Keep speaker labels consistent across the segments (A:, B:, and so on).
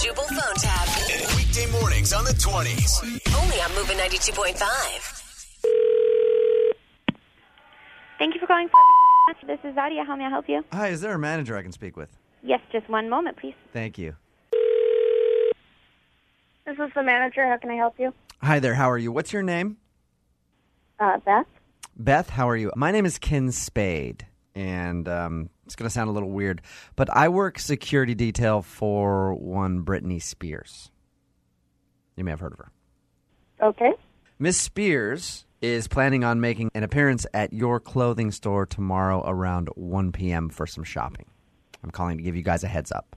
A: Jubal phone tab.
B: Weekday mornings on the 20s.
A: Only on Moving 92.5.
C: Thank you for calling. Forever 21. This is Zadia. How may I help you?
D: Hi, is there a manager I can speak with?
C: Yes, just one moment, please.
D: Thank you.
C: This is the manager. How can I help you?
D: Hi there, how are you? What's your name?
C: Uh, Beth.
D: Beth, how are you? My name is Ken Spade, and um, it's going to sound a little weird, but I work security detail for one Britney Spears. You may have heard of her.
C: Okay.
D: Miss Spears is planning on making an appearance at your clothing store tomorrow around 1 p.m. for some shopping. I'm calling to give you guys a heads up.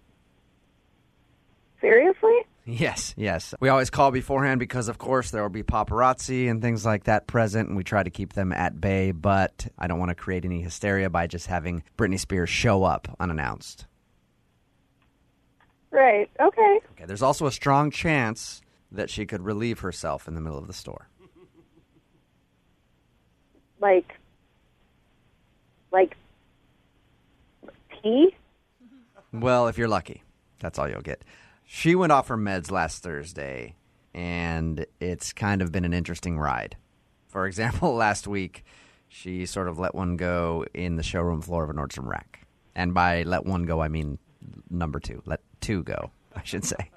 C: Seriously?
D: Yes, yes. We always call beforehand because, of course, there will be paparazzi and things like that present, and we try to keep them at bay. But I don't want to create any hysteria by just having Britney Spears show up unannounced.
C: Right. Okay.
D: Okay, there's also a strong chance that she could relieve herself in the middle of the store.
C: Like, like, tea?
D: Well, if you're lucky, that's all you'll get. She went off her meds last Thursday, and it's kind of been an interesting ride. For example, last week, she sort of let one go in the showroom floor of a Nordstrom rack. And by let one go, I mean number two. Let two go, I should say.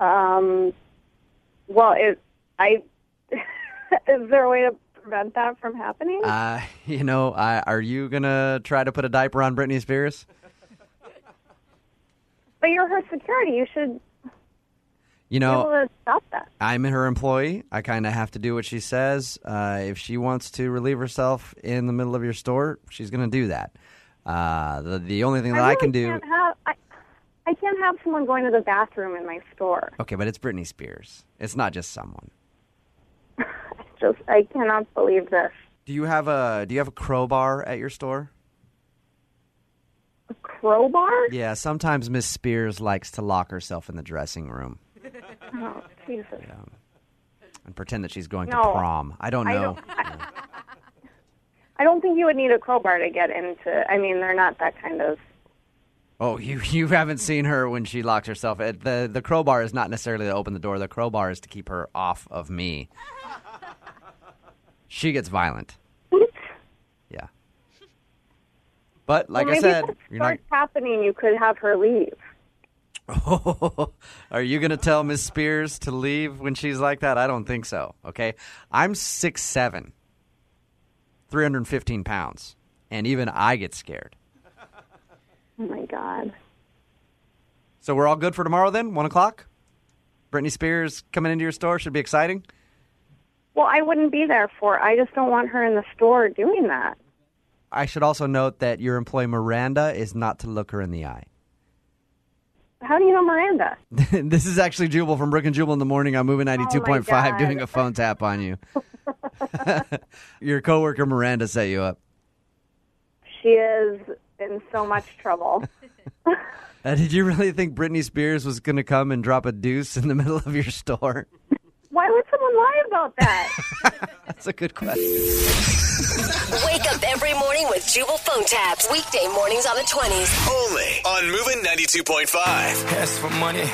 C: Um, well, it, I, is there a way to prevent that from happening?
D: Uh, you know, I, are you going to try to put a diaper on Britney Spears?
C: but you're her security. You should be
D: You know,
C: able to stop that.
D: I'm her employee. I kind of have to do what she says. Uh, if she wants to relieve herself in the middle of your store, she's going to do that. Uh, the the only thing that I,
C: really
D: can do.
C: Can't have, I, I can't have someone going to the bathroom in my store.
D: Okay, but it's Britney Spears. It's not just someone.
C: I just, I cannot believe this.
D: Do you have a Do you have a crowbar at your store?
C: A crowbar?
D: Yeah. Sometimes Miss Spears likes to lock herself in the dressing room
C: Oh, Jesus.
D: and pretend that she's going
C: No.
D: to prom. I don't know.
C: I don't. I, I don't think you would need a crowbar to get into. I mean, they're not that kind of.
D: Oh, you you haven't seen her when she locks herself. It, the The crowbar is not necessarily to open the door. The crowbar is to keep her off of me. she gets violent. Yeah. But like
C: Maybe
D: I said,
C: if it
D: you're not.
C: starts happening, you could have her leave.
D: Are you going to tell Miss Spears to leave when she's like that? I don't think so. Okay, I'm six seven, three hundred fifteen pounds, and even I get scared.
C: Oh my God.
D: So we're all good for tomorrow then, one o'clock. Britney Spears coming into your store should be exciting.
C: Well, I wouldn't be there for. it. I just don't want her in the store doing that.
D: I should also note that your employee Miranda is not to look her in the eye.
C: How do you know Miranda?
D: this is actually Jubal from Brook and Jubal in the morning on Moving 92.5
C: God.
D: doing a phone tap on you. your coworker Miranda set you up.
C: She is in so much trouble.
D: Uh, did you really think Britney Spears was going to come and drop a deuce in the middle of your store?
C: Why would someone lie about that?
D: That's a good question.
A: Wake up every morning with Jubal phone tabs. Weekday mornings on the 20s.
B: Only on Moving 92.5.
E: Ask for money.